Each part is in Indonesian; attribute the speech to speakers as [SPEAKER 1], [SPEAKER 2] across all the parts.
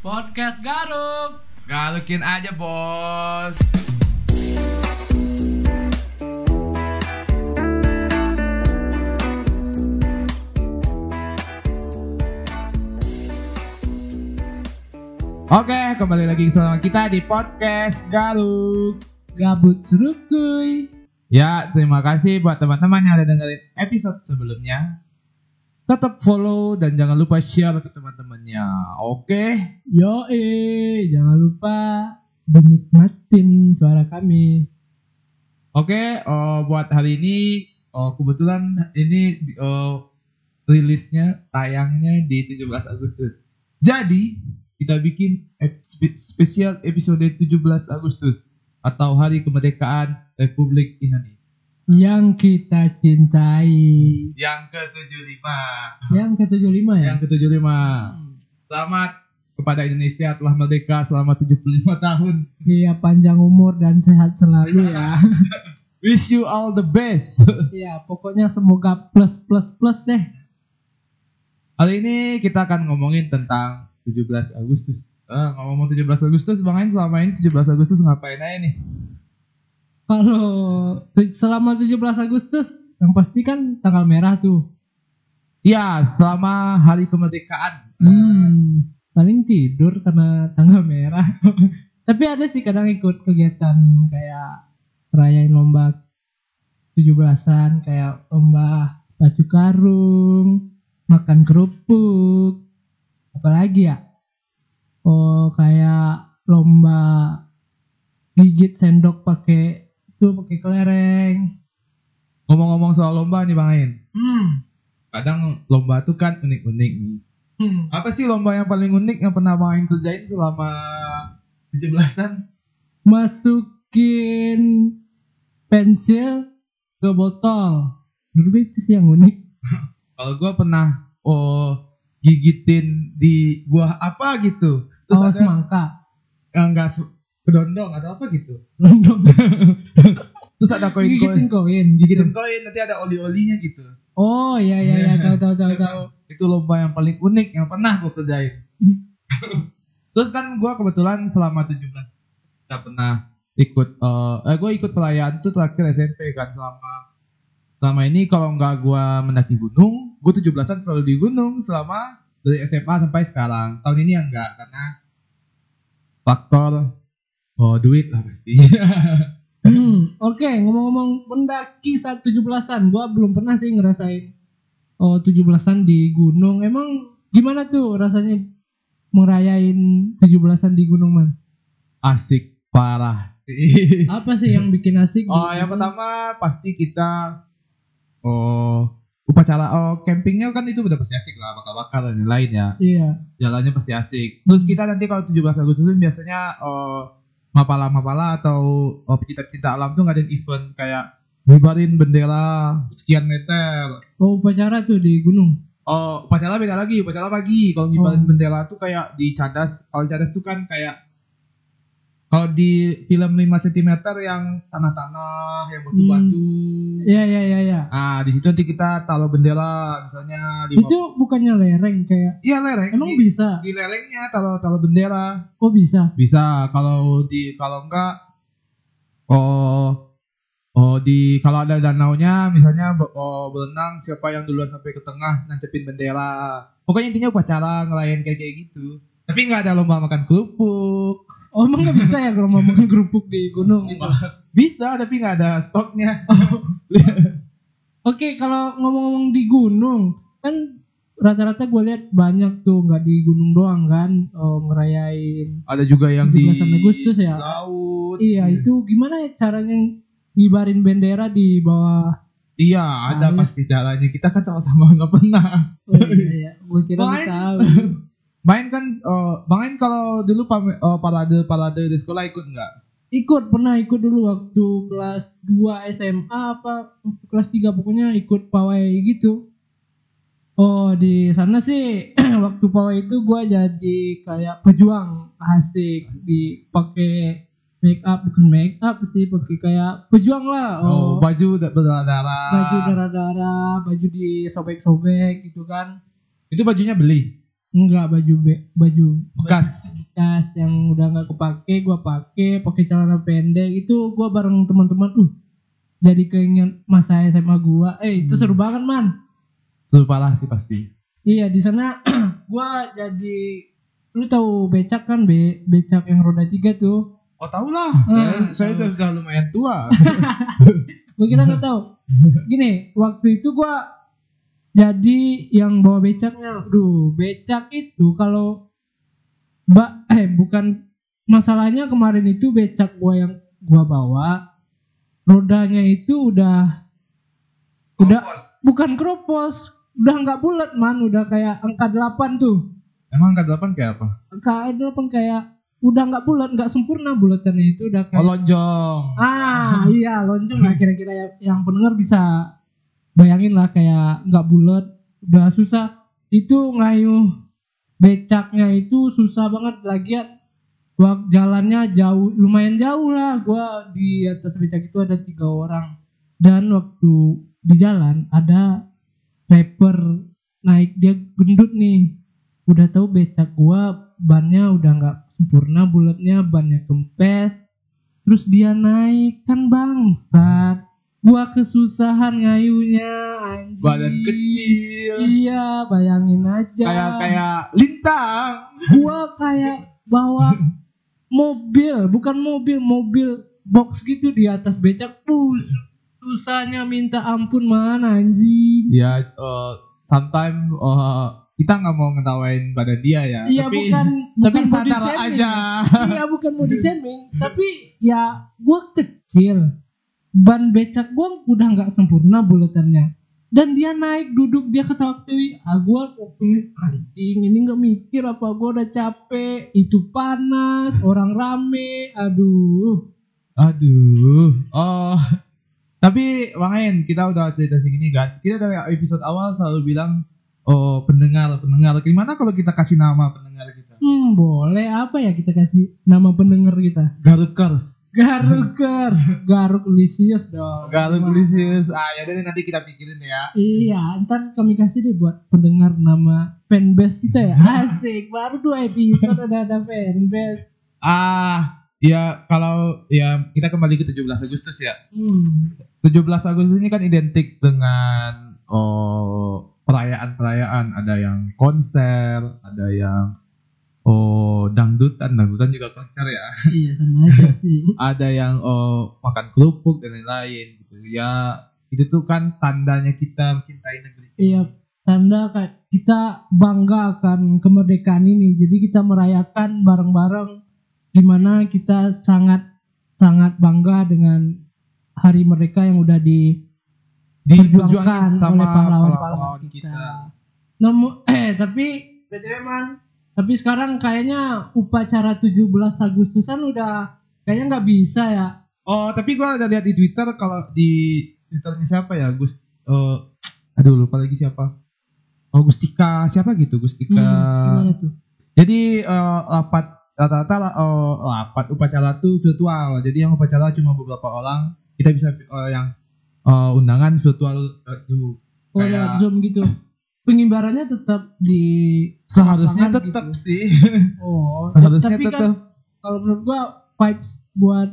[SPEAKER 1] Podcast Garuk.
[SPEAKER 2] Galukin aja bos. Oke, kembali lagi bersama kita di podcast Galuk.
[SPEAKER 1] Gabut seru kuy.
[SPEAKER 2] Ya, terima kasih buat teman-teman yang udah dengerin episode sebelumnya. Tetap follow dan jangan lupa share ke teman-temannya. Oke,
[SPEAKER 1] Yo jangan lupa dinikmatin suara kami.
[SPEAKER 2] oke. eh, buat hari ini, eh, kebetulan ini eh, rilisnya, tayangnya di 17 Agustus. Jadi kita bikin ep- spe- spesial episode 17 Agustus atau Hari Kemerdekaan Republik Indonesia
[SPEAKER 1] Yang kita cintai.
[SPEAKER 2] yang ke-75.
[SPEAKER 1] Yang ke-75 ya.
[SPEAKER 2] Yang ke-75.
[SPEAKER 1] Hmm.
[SPEAKER 2] Selamat kepada Indonesia telah merdeka selama 75 tahun.
[SPEAKER 1] Iya panjang umur dan sehat selalu ya.
[SPEAKER 2] Wish you all the best.
[SPEAKER 1] Iya pokoknya semoga plus plus plus deh.
[SPEAKER 2] Hari ini kita akan ngomongin tentang 17 Agustus. Eh, ngomong 17 Agustus, Bang Ain selama ini 17 Agustus ngapain aja nih?
[SPEAKER 1] Kalau tu- selama 17 Agustus yang pasti kan tanggal merah tuh.
[SPEAKER 2] Iya, selama hari kemerdekaan.
[SPEAKER 1] Hmm, paling tidur karena tanggal merah. Tapi ada sih kadang ikut kegiatan kayak rayain lomba 17-an kayak lomba baju karung, makan kerupuk, apalagi ya? Oh, kayak lomba gigit sendok pakai itu pakai kelereng.
[SPEAKER 2] Ngomong-ngomong soal lomba nih Bang Ain.
[SPEAKER 1] Hmm.
[SPEAKER 2] Kadang lomba tuh kan unik-unik nih.
[SPEAKER 1] hmm.
[SPEAKER 2] Apa sih lomba yang paling unik yang pernah Bang Ain kerjain selama 17-an?
[SPEAKER 1] masukin pensil ke botol. Dulu itu sih yang unik.
[SPEAKER 2] Kalau gua pernah oh gigitin di buah apa gitu. Terus
[SPEAKER 1] Oh,
[SPEAKER 2] ada
[SPEAKER 1] semangka.
[SPEAKER 2] yang enggak kedondong atau apa gitu.
[SPEAKER 1] Random.
[SPEAKER 2] Terus ada koin-koin.
[SPEAKER 1] Gigitin koin.
[SPEAKER 2] Gigitin koin nanti ada oli-olinya gitu.
[SPEAKER 1] Oh iya iya iya tahu tahu tahu tahu.
[SPEAKER 2] Itu lomba yang paling unik yang pernah gue kerjain. Terus kan gue kebetulan selama 17 kita pernah ikut eh, eh gue ikut pelayaan tuh terakhir SMP kan selama selama ini kalau nggak gue mendaki gunung, gue 17-an selalu di gunung selama dari SMA sampai sekarang. Tahun ini yang enggak karena faktor oh duit lah pasti.
[SPEAKER 1] Hmm, oke ngomong-ngomong mendaki saat 17-an, gua belum pernah sih ngerasain oh 17-an di gunung. Emang gimana tuh rasanya merayain 17-an di gunung, Man?
[SPEAKER 2] Asik parah.
[SPEAKER 1] Apa sih yang bikin asik? di
[SPEAKER 2] Oh, yang
[SPEAKER 1] gunung?
[SPEAKER 2] pertama pasti kita oh upacara oh campingnya kan itu udah pasti asik lah bakar-bakar dan lain-lain ya
[SPEAKER 1] Iya.
[SPEAKER 2] jalannya pasti asik terus kita nanti kalau 17 Agustus itu biasanya oh mapala-mapala atau oh, pecinta-pecinta alam tuh ngadain event kayak ngibarin bendera sekian meter
[SPEAKER 1] Oh, upacara tuh di gunung.
[SPEAKER 2] oh upacara beda lagi upacara pagi kalau ngibarin
[SPEAKER 1] Oh.
[SPEAKER 2] bendera tuh kayak di cadas kalau cadas tuh kan kayak kalau di film 5 cm yang tanah-tanah yang batu-batu
[SPEAKER 1] Iya iya iya iya.
[SPEAKER 2] Ah, di situ nanti kita taruh bendera misalnya di
[SPEAKER 1] Itu bukannya lereng kayak
[SPEAKER 2] Iya, lereng.
[SPEAKER 1] emang
[SPEAKER 2] di,
[SPEAKER 1] bisa?
[SPEAKER 2] di lerengnya taruh taruh bendera.
[SPEAKER 1] Oh bisa.
[SPEAKER 2] Bisa kalau di kalau enggak oh oh di kalau ada danaunya misalnya be- oh, berenang siapa yang duluan sampai ke tengah nancepin bendera. Pokoknya intinya upacara ngelayan kayak kayak gitu. Tapi nggak ada lomba makan kerupuk.
[SPEAKER 1] Oh emang nggak bisa ya kalau mau makan kerupuk di gunung gitu.
[SPEAKER 2] Bisa, tapi nggak ada stoknya.
[SPEAKER 1] Ah. Oke kalau ngomong-ngomong di gunung kan rata-rata gue lihat banyak tuh nggak di gunung doang kan oh, ngerayain.
[SPEAKER 2] Ada juga yang di
[SPEAKER 1] 17 Agustus ya?
[SPEAKER 2] Laut.
[SPEAKER 1] Iya itu gimana ya caranya ngibarin bendera di bawah?
[SPEAKER 2] Iya, ada
[SPEAKER 1] Laut.
[SPEAKER 2] pasti caranya. Kita kan sama-sama nggak pernah.
[SPEAKER 1] Oh iya, iya. gue kira lu
[SPEAKER 2] Main.
[SPEAKER 1] tahu.
[SPEAKER 2] Main kan, eh Bang Ain kalau dulu pam- eh, parade parade di sekolah ikut nggak?
[SPEAKER 1] Ikut pernah ikut dulu waktu kelas 2 SMA apa waktu kelas 3 pokoknya ikut pawai gitu. Oh di sana sih waktu pawai itu gua jadi kayak pejuang asik dipakai make up bukan make up sih pakai kayak pejuang lah.
[SPEAKER 2] Oh,
[SPEAKER 1] Oh,
[SPEAKER 2] baju da- berdarah-darah.
[SPEAKER 1] baju darah-darah, baju disobek-sobek gitu kan.
[SPEAKER 2] Itu bajunya beli.
[SPEAKER 1] Enggak baju be, baju
[SPEAKER 2] bekas
[SPEAKER 1] bekas yang udah nggak kepake gua pakai pakai celana pendek itu gua bareng teman-teman uh jadi keinginan masa SMA gua eh itu seru banget man
[SPEAKER 2] seru parah sih pasti
[SPEAKER 1] iya di sana gua jadi lu tahu becak kan be becak yang roda tiga tuh
[SPEAKER 2] oh tau lah
[SPEAKER 1] Ah,
[SPEAKER 2] saya
[SPEAKER 1] tahu.
[SPEAKER 2] itu sudah lumayan tua
[SPEAKER 1] mungkin lu tahu gini waktu itu gua jadi yang bawa becaknya duh becak itu kalau mbak eh bukan masalahnya kemarin itu becak gua yang gua bawa rodanya itu udah udah
[SPEAKER 2] Kompos.
[SPEAKER 1] bukan keropos udah nggak bulat man udah kayak angka 8 tuh
[SPEAKER 2] emang angka delapan kayak apa
[SPEAKER 1] angka 8 kayak udah nggak bulat nggak sempurna bulatannya itu udah
[SPEAKER 2] oh
[SPEAKER 1] kayak
[SPEAKER 2] lonjong
[SPEAKER 1] ah iya lonjong lah kira-kira ya- yang pendengar bisa bayangin lah kayak nggak bulat udah susah itu ngayuh becaknya itu susah banget lagian wak jalannya jauh lumayan jauh lah gua di atas becak itu ada tiga orang dan waktu di jalan ada rapper naik dia gendut nih udah tahu becak gua bannya udah nggak sempurna bulatnya bannya kempes terus dia naik kan bangsat gua kesusahan ngayunya anjing
[SPEAKER 2] badan kecil
[SPEAKER 1] iya bayangin aja
[SPEAKER 2] kayak kayak lintang
[SPEAKER 1] gua kayak bawa mobil bukan mobil mobil box gitu di atas becak Bus, susahnya minta ampun mana anjing
[SPEAKER 2] ya eh sometimes eh, kita nggak mau ngetawain badan dia ya
[SPEAKER 1] iya
[SPEAKER 2] tapi
[SPEAKER 1] bukan
[SPEAKER 2] tapi
[SPEAKER 1] bukan body
[SPEAKER 2] sadar
[SPEAKER 1] shaming.
[SPEAKER 2] aja
[SPEAKER 1] iya bukan body shaming tapi ya gua kecil ban becak gua udah nggak sempurna bulatannya dan dia naik duduk dia ketawa ketawi ah gua kupingnya, anjing ini nggak mikir apa gua udah capek itu panas orang rame aduh
[SPEAKER 2] aduh oh tapi Bang Ain, kita udah cerita segini kan kita dari episode awal selalu bilang oh pendengar pendengar gimana kalau kita kasih nama pendengar kita
[SPEAKER 1] Hmm, boleh apa ya kita kasih nama pendengar kita?
[SPEAKER 2] Garukers
[SPEAKER 1] Garukers, Garuk Lisius dong.
[SPEAKER 2] Garuk Ulysses ah ya deh nanti kita pikirin ya
[SPEAKER 1] Iya, ntar kami kasih deh buat pendengar nama fanbase kita ya. Asik, baru dua episode udah ada fanbase.
[SPEAKER 2] ah ya kalau ya kita kembali ke 17 Agustus ya
[SPEAKER 1] Hmm.
[SPEAKER 2] 17 Agustus ini kan identik dengan oh perayaan-perayaan, ada yang konser, ada yang oh dangdutan, dangdutan juga konser ya.
[SPEAKER 1] Iya sama aja sih.
[SPEAKER 2] Ada yang oh makan kerupuk dan lain-lain gitu. Ya itu tuh kan tandanya kita mencintai negeri.
[SPEAKER 1] Iya, tanda ka- kita bangga akan kemerdekaan ini. Jadi kita merayakan bareng-bareng dimana kita sangat sangat bangga dengan hari mereka yang udah di diperjuangkan
[SPEAKER 2] Diperjuangkan
[SPEAKER 1] oleh
[SPEAKER 2] sama
[SPEAKER 1] pahlawan-pahlawan
[SPEAKER 2] pahlawan
[SPEAKER 1] kita.
[SPEAKER 2] kita.
[SPEAKER 1] Namun eh tapi BTW man, tapi sekarang kayaknya upacara 17 Agustusan udah kayaknya nggak bisa ya.
[SPEAKER 2] Oh, tapi gua ada lihat di Twitter kalau di Twitternya siapa ya? Gus eh, aduh lupa lagi siapa. Oh, Gustika, siapa gitu? Gustika.
[SPEAKER 1] Hmm, gimana tuh?
[SPEAKER 2] Jadi eh, lapat rata-rata la- eh, lapat upacara tuh virtual. Jadi yang upacara cuma beberapa orang. Kita bisa eh, yang eh, undangan virtual eh, itu
[SPEAKER 1] Oh,
[SPEAKER 2] kayak-
[SPEAKER 1] lewat Zoom gitu. Pengibarannya tetap di
[SPEAKER 2] seharusnya
[SPEAKER 1] Lapangan
[SPEAKER 2] tetap
[SPEAKER 1] gitu.
[SPEAKER 2] sih.
[SPEAKER 1] oh,
[SPEAKER 2] seharusnya
[SPEAKER 1] tapi kan
[SPEAKER 2] tetap.
[SPEAKER 1] kalau menurut gua vibes buat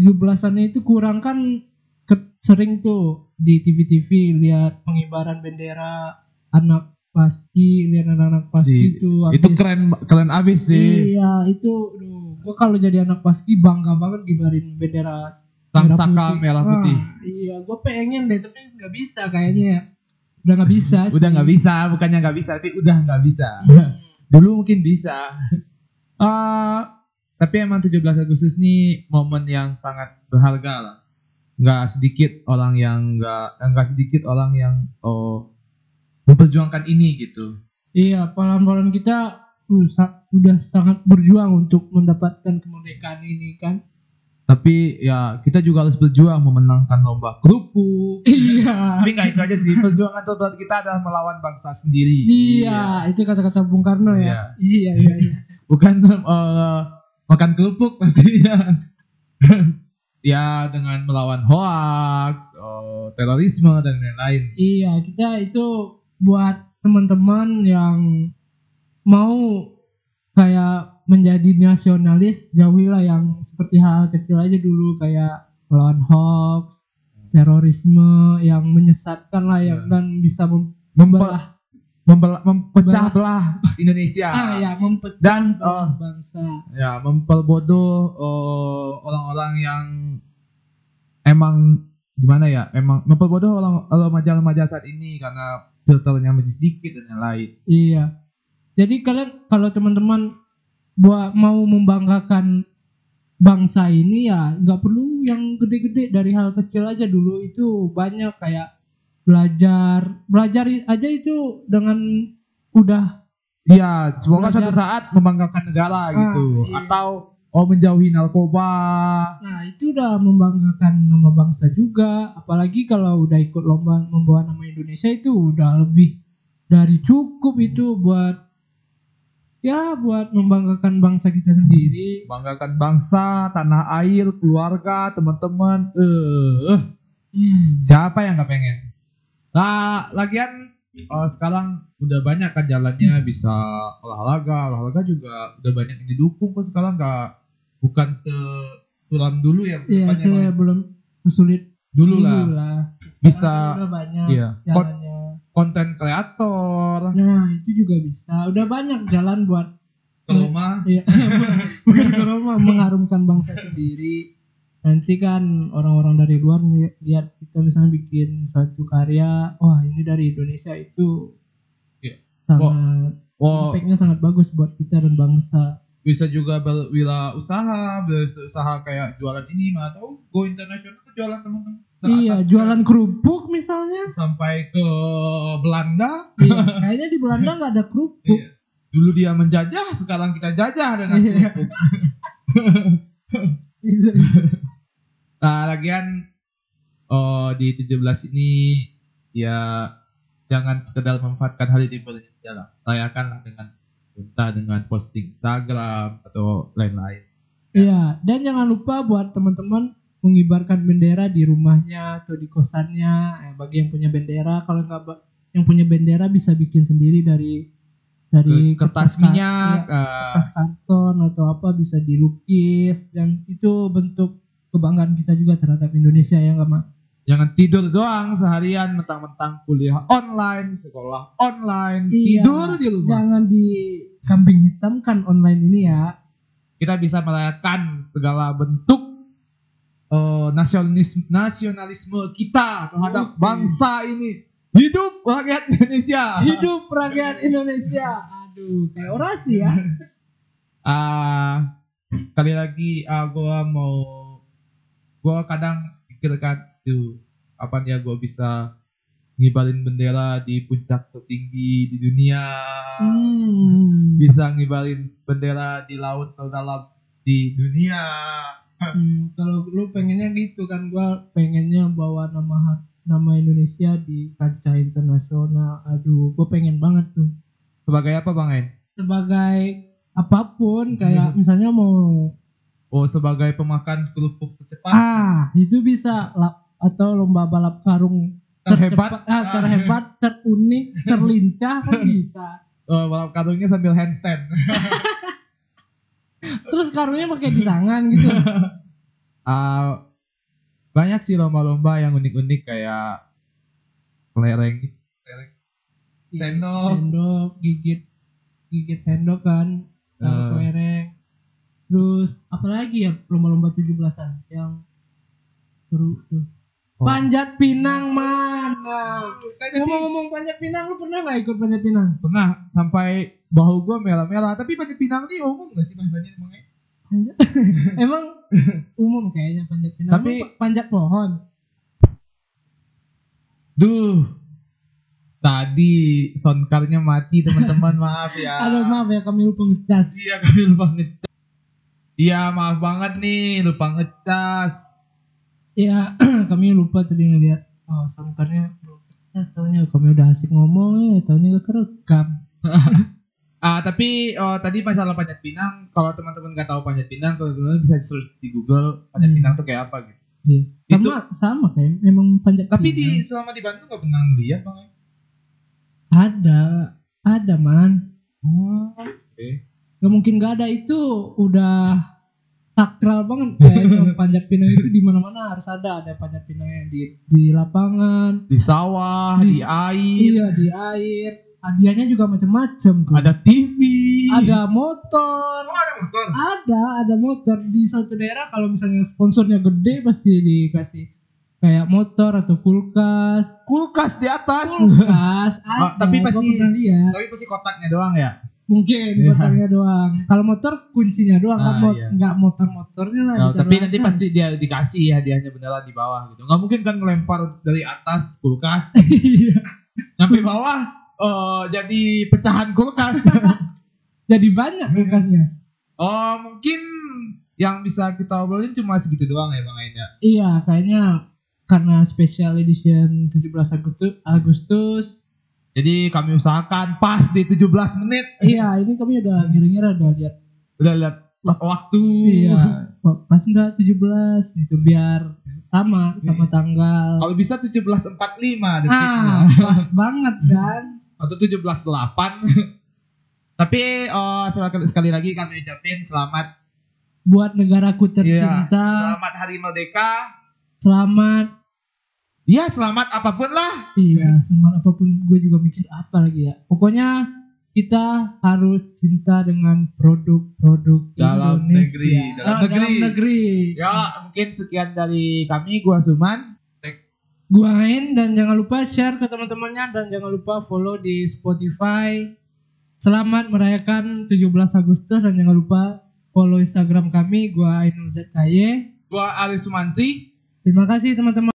[SPEAKER 1] 17-annya itu kurang kan ke- sering tuh di TV-TV lihat pengibaran bendera anak pasti lihat anak-anak pasti
[SPEAKER 2] Di-
[SPEAKER 1] itu
[SPEAKER 2] itu
[SPEAKER 1] gitu habis-
[SPEAKER 2] keren keren abis sih.
[SPEAKER 1] Iya, itu aduh, gua kalau jadi anak paski bangga banget gibarin bendera merah
[SPEAKER 2] Rangsaka merah
[SPEAKER 1] Ah,
[SPEAKER 2] putih.
[SPEAKER 1] iya, gua pengen deh tapi nggak bisa kayaknya ya. Udah nggak bisa Iya, sih.
[SPEAKER 2] Udah nggak bisa, bukannya nggak bisa, tapi udah nggak bisa. Dulu mungkin bisa. Eh, tapi emang 17 Agustus nih momen yang sangat berharga lah. Nggak sedikit orang yang nggak eh, nggak sedikit orang yang oh, memperjuangkan ini gitu.
[SPEAKER 1] Iya, pahlawan-pahlawan kita uh, sa- udah sangat berjuang untuk mendapatkan kemerdekaan ini kan.
[SPEAKER 2] Tapi ya kita juga harus berjuang memenangkan lomba kerupuk.
[SPEAKER 1] Iya.
[SPEAKER 2] Tapi nggak itu aja sih. Perjuangan terberat kita adalah melawan bangsa sendiri.
[SPEAKER 1] Iya, itu kata-kata Bung Karno ya. Iya, iya, iya.
[SPEAKER 2] bukan eh, makan kerupuk pastinya ya dengan melawan hoax eh, terorisme dan lain-lain
[SPEAKER 1] Iya, kita itu buat teman-teman yang mau kayak menjadi nasionalis jauhilah yang seperti hal kecil aja dulu kayak melawan hoax terorisme yang menyesatkan lah yang
[SPEAKER 2] Ya.
[SPEAKER 1] dan bisa mem-
[SPEAKER 2] Mempe-
[SPEAKER 1] membelah
[SPEAKER 2] membelah- mempecah belah Indonesia
[SPEAKER 1] ah ya mempecah
[SPEAKER 2] dan eh,
[SPEAKER 1] bangsa
[SPEAKER 2] ya memperbodoh eh, orang-orang yang emang gimana ya emang memperbodoh orang remaja-remaja saat ini karena filternya masih sedikit dan lain-lain
[SPEAKER 1] Iya. Jadi kalian kalau teman-teman buat mau membanggakan bangsa ini ya nggak perlu yang gede-gede dari hal kecil aja dulu itu banyak kayak belajar belajar i- aja itu dengan udah
[SPEAKER 2] Iya, semoga suatu
[SPEAKER 1] Belajar.
[SPEAKER 2] saat membanggakan negara
[SPEAKER 1] Ah,
[SPEAKER 2] gitu
[SPEAKER 1] iya.
[SPEAKER 2] atau oh menjauhi narkoba
[SPEAKER 1] nah itu udah membanggakan nama bangsa juga apalagi kalau udah ikut lomba membawa nama Indonesia itu udah lebih dari cukup itu buat ya buat membanggakan bangsa kita sendiri
[SPEAKER 2] banggakan bangsa, tanah air, keluarga, teman-teman. Eh, eh. siapa yang nggak pengen? Nah, lagian eh, sekarang udah banyak kan jalannya bisa olahraga, olahraga juga udah banyak yang didukung kok sekarang nggak bukan sesuram dulu ya,
[SPEAKER 1] Iya,
[SPEAKER 2] bukannya
[SPEAKER 1] saya belum sesulit
[SPEAKER 2] dulu lah.
[SPEAKER 1] Sekarang
[SPEAKER 2] Bisa,
[SPEAKER 1] udah banyak
[SPEAKER 2] Iya, Kon-
[SPEAKER 1] jalannya.
[SPEAKER 2] konten kreator
[SPEAKER 1] Nah, itu juga bisa. Udah banyak jalan buat
[SPEAKER 2] ke rumah.
[SPEAKER 1] iya, bukan ke rumah mengharumkan bangsa sendiri. Nanti kan orang-orang dari luar ngeliat- lihat kita misalnya bikin suatu karya, wah ini dari Indonesia itu
[SPEAKER 2] Iya.
[SPEAKER 1] sangat
[SPEAKER 2] Wow,
[SPEAKER 1] impactnya sangat bagus buat kita dan bangsa.
[SPEAKER 2] bisa juga berwira usaha, berusaha kayak jualan ini, mana tahu go internasional ke jualan teman-teman.
[SPEAKER 1] iya,
[SPEAKER 2] teratas kan.
[SPEAKER 1] jualan kerupuk misalnya.
[SPEAKER 2] sampai ke Belanda.
[SPEAKER 1] iya, kayaknya di Belanda nggak ada kerupuk.
[SPEAKER 2] Iya. Dulu dia menjajah, sekarang kita jajah dengan
[SPEAKER 1] Iya.
[SPEAKER 2] kerupuk.
[SPEAKER 1] Bisa-
[SPEAKER 2] Nah, lagian oh, di 17 ini ya jangan sekedar memanfaatkan hari libur saja lah. Layakanlah dengan entah dengan posting Instagram atau lain-lain.
[SPEAKER 1] Iya, dan jangan lupa buat teman-teman mengibarkan bendera di rumahnya atau di kosannya. Eh, bagi yang punya bendera, kalau nggak ba- yang punya bendera bisa bikin sendiri dari dari
[SPEAKER 2] Kertas
[SPEAKER 1] ka-
[SPEAKER 2] minyak, ah,
[SPEAKER 1] iya, kertas karton atau apa bisa dilukis dan itu bentuk kebanggaan kita juga terhadap Indonesia ya nggak Ma?
[SPEAKER 2] eh, jangan tidur doang seharian mentang-mentang kuliah online, sekolah online,
[SPEAKER 1] Iya.
[SPEAKER 2] tidur di rumah.
[SPEAKER 1] Jangan di kambing hitamkan online ini ya.
[SPEAKER 2] kita bisa merayakan segala bentuk eh, nasionalis- nasionalisme kita terhadap
[SPEAKER 1] Oke.
[SPEAKER 2] bangsa ini. Hidup rakyat Indonesia.
[SPEAKER 1] Hidup rakyat Indonesia. Aduh, kayak orasi ya.
[SPEAKER 2] Ah, sekali lagi ah, gua mau gua kadang pikirkan tuh kapan ya gua bisa ngibarin bendera di puncak tertinggi di dunia.
[SPEAKER 1] Hmm.
[SPEAKER 2] Bisa ngibarin bendera di laut terdalam di dunia.
[SPEAKER 1] Hmm, kalau lu pengennya gitu kan gua pengennya bawa nama ha- nama Indonesia di kancah internasional. Aduh, gua pengen banget tuh.
[SPEAKER 2] Sebagai apa Bang En?
[SPEAKER 1] Sebagai apapun kayak misalnya mau
[SPEAKER 2] Oh, sebagai pemakan kerupuk tercepat
[SPEAKER 1] ah, itu bisa lap atau lomba balap karung
[SPEAKER 2] terhebat.
[SPEAKER 1] tercepat- ah, terhebat, terunik, terlincah kan bisa.
[SPEAKER 2] Eh, balap karungnya sambil handstand.
[SPEAKER 1] Terus karungnya pakai di tangan gitu.
[SPEAKER 2] Ah, banyak sih lomba-lomba yang unik-unik kayak kelereng, kelereng, sendok,
[SPEAKER 1] Iya, Sendok gigit gigit sendok kan. Tahu
[SPEAKER 2] Eh.
[SPEAKER 1] kelereng. Terus apalagi ya lomba-lomba 17-an yang seru tuh.
[SPEAKER 2] Oh.
[SPEAKER 1] Panjat Pinang mana?
[SPEAKER 2] Tanya Pi.
[SPEAKER 1] Ngomong-ngomong Panjat Pinang, lu pernah nggak ikut Panjat Pinang?
[SPEAKER 2] Pernah sampai bahu gua merah-merah, tapi panjat pinang nih umum gak sih bahasanya emangnya?
[SPEAKER 1] Emang umum kayaknya Panjat Pinang.
[SPEAKER 2] Tapi-
[SPEAKER 1] Lu pa- panjat pohon.
[SPEAKER 2] Duh, tadi soundcardnya mati teman-teman maaf ya.
[SPEAKER 1] Aduh maaf ya kami lupa ngecas.
[SPEAKER 2] Iya kami lupa ngecas. Iya maaf banget nih lupa ngecas.
[SPEAKER 1] Ya kami lupa tadi ngeliat. Oh sangkarnya belum ngecas. Taunya kami udah asik ngomong ya. Taunya gak kerekam.
[SPEAKER 2] Ah, tapi oh, tadi masalah panjat pinang, kalau teman-teman nggak tahu panjat pinang, teman-teman bisa search di Google panjat
[SPEAKER 1] Hmm.
[SPEAKER 2] pinang tuh kayak apa gitu.
[SPEAKER 1] Iya.
[SPEAKER 2] Itu-
[SPEAKER 1] Sama sama kayak memang panjat
[SPEAKER 2] Tapi di
[SPEAKER 1] pinang.
[SPEAKER 2] selama di Bandung nggak pernah ngeliat bang.
[SPEAKER 1] ada ada man.
[SPEAKER 2] Oh, oke.
[SPEAKER 1] Gak mungkin gak ada itu udah sakral banget kayaknya panjat pinang itu di mana-mana harus ada ada panjat pinangnya di di lapangan,
[SPEAKER 2] Di sawah, di,
[SPEAKER 1] Di-
[SPEAKER 2] air,
[SPEAKER 1] iya di air. Hadiahnya juga macam-macam tuh.
[SPEAKER 2] ada TV. Iya.
[SPEAKER 1] Ada motor,
[SPEAKER 2] Oh, ada motor.
[SPEAKER 1] ada ada motor di satu daerah kalau misalnya sponsornya gede pasti dikasih kayak motor atau kulkas.
[SPEAKER 2] Kulkas di atas.
[SPEAKER 1] Kulkas, ada,
[SPEAKER 2] Ah, tapi
[SPEAKER 1] gua
[SPEAKER 2] pasti-
[SPEAKER 1] pernah lihat.
[SPEAKER 2] Tapi pasti kotaknya doang ya.
[SPEAKER 1] Mungkin
[SPEAKER 2] Iya.
[SPEAKER 1] motornya doang. Kalau motor kuncinya doang, nggak
[SPEAKER 2] Ah,
[SPEAKER 1] mot-
[SPEAKER 2] iya.
[SPEAKER 1] nggak motor-motornya lah.
[SPEAKER 2] Oh, tapi
[SPEAKER 1] ditaruh
[SPEAKER 2] nanti
[SPEAKER 1] atas.
[SPEAKER 2] pasti dia dikasih hadiahnya beneran di bawah gitu. Nggak mungkin kan ngelempar dari atas kulkas
[SPEAKER 1] Iya.
[SPEAKER 2] sampai bawah eh, jadi pecahan kulkas.
[SPEAKER 1] Jadi banyak
[SPEAKER 2] Iya.
[SPEAKER 1] kulkasnya.
[SPEAKER 2] oh, mungkin yang bisa kita obrolin cuma segitu doang ya Bang Ain ya.
[SPEAKER 1] Iya, kayaknya karena special edition 17 Agustus, Agustus
[SPEAKER 2] Jadi kami usahakan pas di 17 menit
[SPEAKER 1] iya ini kami udah ngira-ngira udah lihat
[SPEAKER 2] udah lihat waktu.
[SPEAKER 1] iya kok pas enggak 17 gitu biar sama sama tanggal
[SPEAKER 2] Iya. Kalau bisa 17.45 detiknya
[SPEAKER 1] ah pas banget kan
[SPEAKER 2] atau 17.8. Tapi eh, sekali- sekali lagi kami ucapin selamat Iya.
[SPEAKER 1] buat negaraku tercinta
[SPEAKER 2] selamat Hari Merdeka.
[SPEAKER 1] selamat
[SPEAKER 2] Ya selamat apapun lah.
[SPEAKER 1] iya selamat apapun gue juga mikir apa lagi ya pokoknya kita harus cinta dengan produk-produk
[SPEAKER 2] Dalam
[SPEAKER 1] Indonesia.
[SPEAKER 2] negeri, dalam
[SPEAKER 1] Ah,
[SPEAKER 2] negeri.
[SPEAKER 1] dalam negeri
[SPEAKER 2] Ya mungkin sekian dari kami gua Suman.
[SPEAKER 1] Gua main dan jangan lupa share ke teman-temannya dan jangan lupa follow di Spotify. Selamat merayakan 17 Agustus dan jangan lupa follow Instagram kami gua Ainul ZKY.
[SPEAKER 2] Gua Arif Sumanti.
[SPEAKER 1] Terima kasih teman-teman.